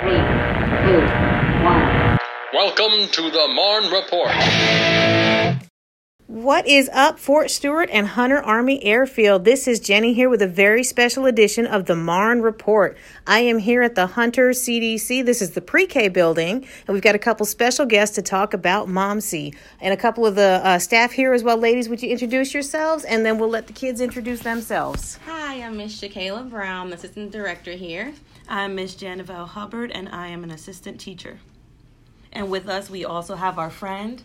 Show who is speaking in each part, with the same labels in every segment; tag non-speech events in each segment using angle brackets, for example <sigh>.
Speaker 1: Three, two, one.
Speaker 2: Welcome to the Marn Report.
Speaker 3: What is up, Fort Stewart and Hunter Army Airfield? This is Jenny here with a very special edition of the Marn Report. I am here at the Hunter CDC. This is the pre K building, and we've got a couple special guests to talk about MOMSI and a couple of the uh, staff here as well. Ladies, would you introduce yourselves? And then we'll let the kids introduce themselves.
Speaker 4: Hi, I'm Miss Shakayla Brown, the assistant director here.
Speaker 5: I'm Miss Janivelle Hubbard, and I am an assistant teacher. And with us, we also have our friend.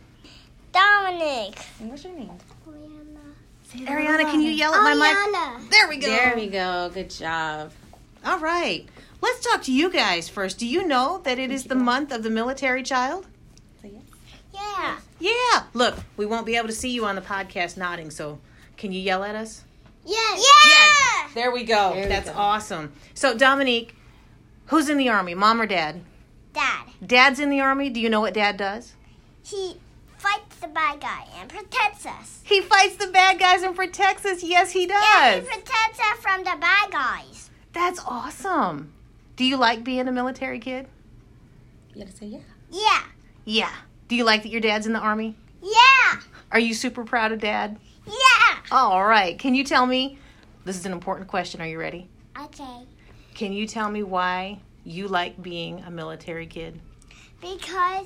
Speaker 6: Dominic.
Speaker 4: And what's your name?
Speaker 3: Ariana, can you yell at my mic?
Speaker 6: Ariana.
Speaker 3: There we go.
Speaker 4: There we go. Good job.
Speaker 3: All right. Let's talk to you guys first. Do you know that it is the month of the military child?
Speaker 6: Yeah.
Speaker 3: Yeah. Look, we won't be able to see you on the podcast nodding, so can you yell at us?
Speaker 6: Yes.
Speaker 3: Yes. There we go.
Speaker 4: There we
Speaker 3: That's
Speaker 4: go.
Speaker 3: awesome. So, Dominique, who's in the army, mom or dad?
Speaker 6: Dad.
Speaker 3: Dad's in the army. Do you know what dad does?
Speaker 6: He fights the bad guy and protects us.
Speaker 3: He fights the bad guys and protects us. Yes, he
Speaker 6: Yeah, he
Speaker 3: does.
Speaker 6: protects us from the bad guys.
Speaker 3: That's awesome. Do you like being a military kid?
Speaker 4: You gotta say yeah.
Speaker 6: Yeah.
Speaker 3: Yeah. Do you like that your dad's in the army?
Speaker 6: Yeah.
Speaker 3: Are you super proud of dad?
Speaker 6: Yeah.
Speaker 3: All right. Can you tell me? This is an important question. Are you ready?
Speaker 6: Okay.
Speaker 3: Can you tell me why you like being a military kid?
Speaker 6: Because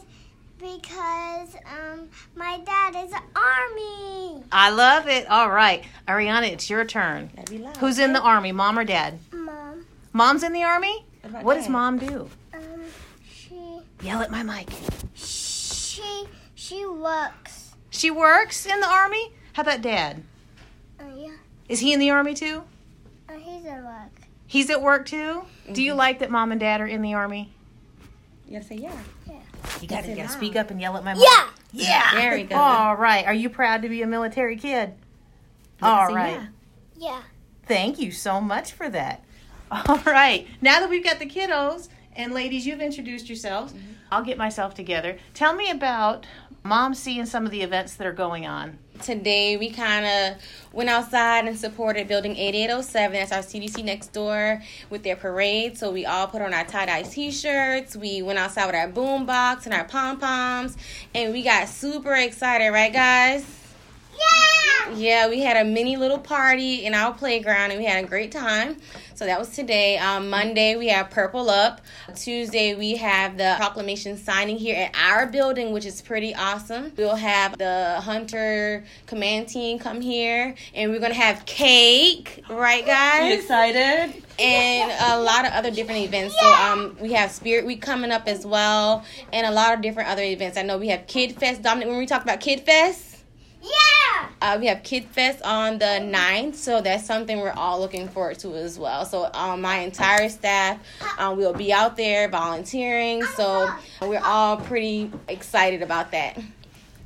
Speaker 6: because um my dad is army.
Speaker 3: I love it. All right. Ariana, it's your turn.
Speaker 4: Gotta be loud.
Speaker 3: Who's in the army, mom or dad?
Speaker 6: Mom.
Speaker 3: Mom's in the army?
Speaker 4: about
Speaker 3: What does
Speaker 4: dad?
Speaker 3: mom do?
Speaker 6: Um she
Speaker 3: Yell at my mic.
Speaker 6: she she works.
Speaker 3: She works in the army? How about dad?
Speaker 6: Uh, yeah.
Speaker 3: Is he in the army too?
Speaker 6: Uh, he's at work.
Speaker 3: He's at work too? Do you like that mom and dad are in the army?
Speaker 4: You gotta say yeah.
Speaker 3: You gotta,
Speaker 4: it
Speaker 3: you gotta
Speaker 4: loud.
Speaker 3: speak up and yell at my mic.
Speaker 6: Yeah.
Speaker 3: Yeah.
Speaker 4: There we go.
Speaker 3: All right. Are you proud to be a military kid?
Speaker 4: You gotta
Speaker 3: All
Speaker 4: say
Speaker 3: right.
Speaker 4: yeah.
Speaker 6: Yeah.
Speaker 3: Thank you so much for that. <laughs> All right. Now that we've got the kiddos and ladies, you've introduced yourselves. I'll get myself together. Tell me about Mom C and some of the events that are going on.
Speaker 4: Today we kind of went outside and supported Building 8807. That's our CDC next door with their parade. So we all put on our tie dye T-shirts. We went outside with our boom box and our pom poms, and we got super excited, right, guys?
Speaker 6: Yeah.
Speaker 4: Yeah, we had a mini little party in our playground and we had a great time. So that was today. Um, Monday, we have Purple Up. Tuesday, we have the proclamation signing here at our building, which is pretty awesome. We'll have the Hunter Command Team come here and we're going to have cake, right, guys?
Speaker 5: excited?
Speaker 4: and a lot of other different events. So um, we have Spirit Week coming up as well, and a lot of different other events. I know we have Kid Fest. Dominic, when we talk about Kid Fest,
Speaker 6: Yeah.
Speaker 4: uh, we have Kid Fest on the 9th, so that's something we're all looking forward to as well. So, um, my entire staff um, will be out there volunteering, so we're all pretty excited about that.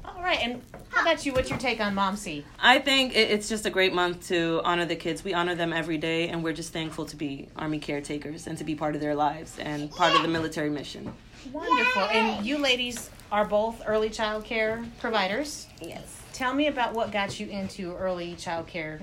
Speaker 3: All right. And how about you? What's your take on Mom C?
Speaker 5: I think it, it's just a great month to honor the kids. We honor them every day, and we're just thankful to be Army caretakers and to be part of their lives and part of the military mission.
Speaker 3: Wonderful. And you ladies are both early child care providers.
Speaker 4: Yes.
Speaker 3: Tell me about what got you into early child care.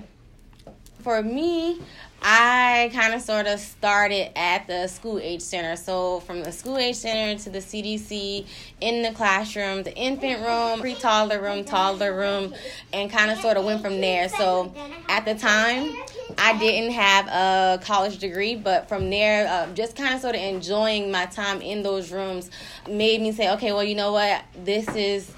Speaker 4: For me, I kind of sort of started at the school age center. So, from the school age center to the CDC, in the classroom, the infant room, pre toddler room, toddler room, and kind of sort of went from there. So, at the time, I didn't have a college degree, but from there, uh, just kind of sort of enjoying my time in those rooms made me say, okay, well, you know what? This is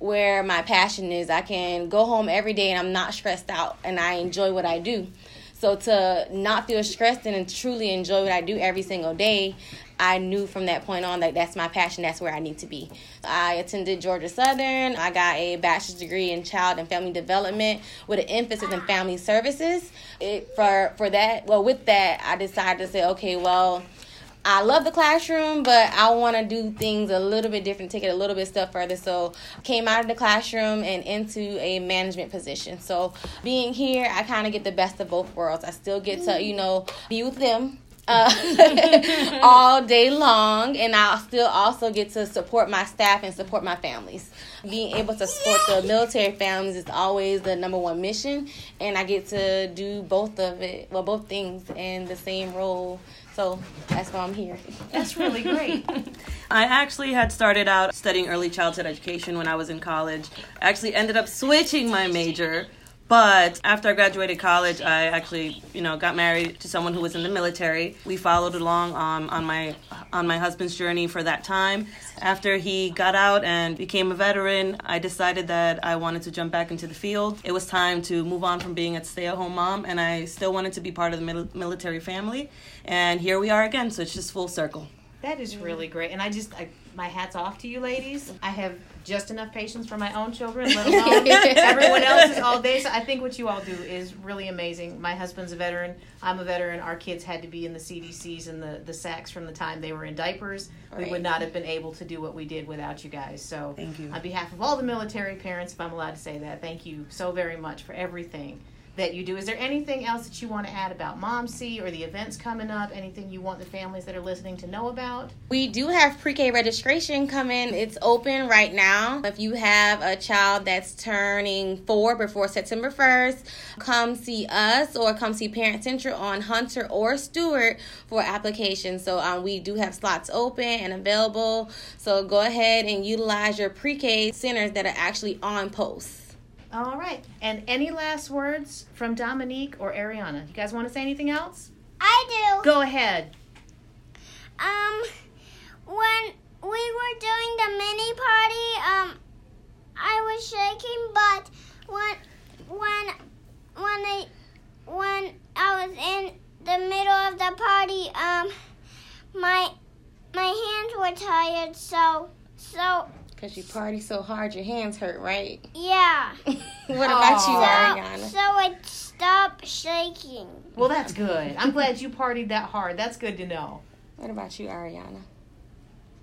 Speaker 4: where my passion is. I can go home every day and I'm not stressed out and I enjoy what I do. So to not feel stressed and truly enjoy what I do every single day, I knew from that point on that that's my passion, that's where I need to be. I attended Georgia Southern. I got a bachelor's degree in child and family development with an emphasis in family services. It for for that, well with that, I decided to say, okay, well, I love the classroom, but I want to do things a little bit different, take it a little bit step further. So, came out of the classroom and into a management position. So, being here, I kind of get the best of both worlds. I still get to, you know, be with them uh, <laughs> all day long, and I still also get to support my staff and support my families. Being able to support the military families is always the number one mission, and I get to do both of it, well, both things in the same role So that's why I'm here.
Speaker 7: That's really
Speaker 3: <laughs>
Speaker 7: great.
Speaker 5: I actually had started out studying early childhood education when I was in college. I actually ended up switching my major, but after I graduated college, I actually, you know, got married to someone who was in the military. We followed along um, on my on my husband's journey for that time. After he got out and became a veteran, I decided that I wanted to jump back into the field. It was time to move on from being a stay-at-home mom, and I still wanted to be part of the mil- military family. And here we are again. So it's just full circle.
Speaker 3: That is really great. And I just, I, my hat's off to you ladies. I have just enough patience for my own children,
Speaker 5: <laughs>
Speaker 3: let alone everyone else's all day. So I think what you all do is really amazing. My husband's a veteran. I'm a veteran. Our kids had to be in the CDCs and the, the SACs from the time they were in diapers. We would
Speaker 4: Right.
Speaker 3: not have been able to do what we did without you guys. So
Speaker 5: Thank you.
Speaker 3: on behalf of all the military parents, if I'm allowed to say that, thank you so very much for everything that you do. Is there anything else that you want to add about Mom C or the events coming up? Anything you want the families that are listening to know about?
Speaker 4: We do have pre-K registration coming. It's open right now. If you have a child that's turning four before September 1st, come see us or come see Parent Central on Hunter or Stewart for applications. So um, we do have slots open and available. So go ahead and utilize your pre-K centers that are actually on post.
Speaker 3: All right. And any last words from Dominique or Ariana? You guys want to say anything else?
Speaker 6: I do.
Speaker 3: Go ahead.
Speaker 6: Um, when we were doing the mini party, um, I was shaking, but when when when I when I was in the middle of the party, um, my my hands were tired, so so
Speaker 4: Because you party so hard, your hands hurt, right? <laughs>
Speaker 6: yeah.
Speaker 4: what about you,
Speaker 6: So,
Speaker 4: Ariana?
Speaker 6: so I stopped shaking.
Speaker 3: Well, that's good. I'm glad you partied that hard. That's good to know.
Speaker 4: What about you, Ariana? <laughs>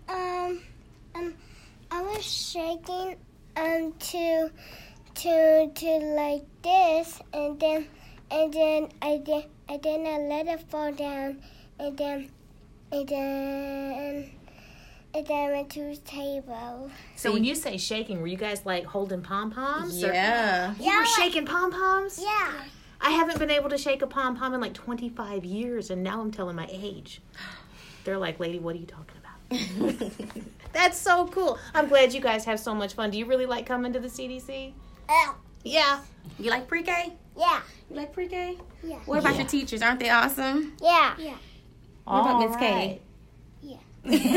Speaker 6: Um, um, I was shaking um to to to like this, and then and then I did I then I let it fall down, and then and then and then I went to the table.
Speaker 3: So when you say shaking, were you guys like holding pom poms?
Speaker 4: Yeah.
Speaker 3: You were shaking pom poms?
Speaker 6: Yeah.
Speaker 3: I haven't been able to shake a pom pom in like 25 years, and now I'm telling my age. They're like, lady, what are you talking about? That's so cool. I'm glad you guys have so much fun. Do you really like coming to the CDC? Yeah.
Speaker 4: You like pre-K?
Speaker 6: Uh, Yeah.
Speaker 4: You like pre-K?
Speaker 6: Yeah.
Speaker 4: What about your teachers? Aren't they awesome?
Speaker 6: Yeah. Yeah.
Speaker 3: All
Speaker 4: about
Speaker 3: right.
Speaker 4: Miss K?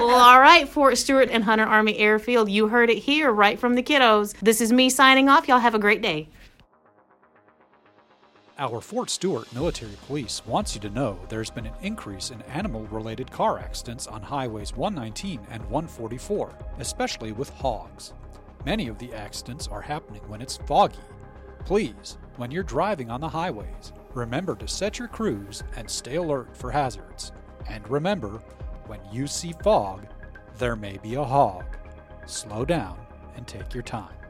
Speaker 3: Well, all right, Fort Stewart and Hunter Army Airfield, you heard it here right from the kiddos. This is me signing off. Y'all have a great day.
Speaker 8: Our Fort Stewart Military Police wants you to know there's been an increase in animal related car accidents on highways 119 and 144, especially with hogs. Many of the accidents are happening when it's foggy. Please, when you're driving on the highways, remember to set your cruise and stay alert for hazards. And remember, when you see fog, there may be a hog. Slow down and take your time.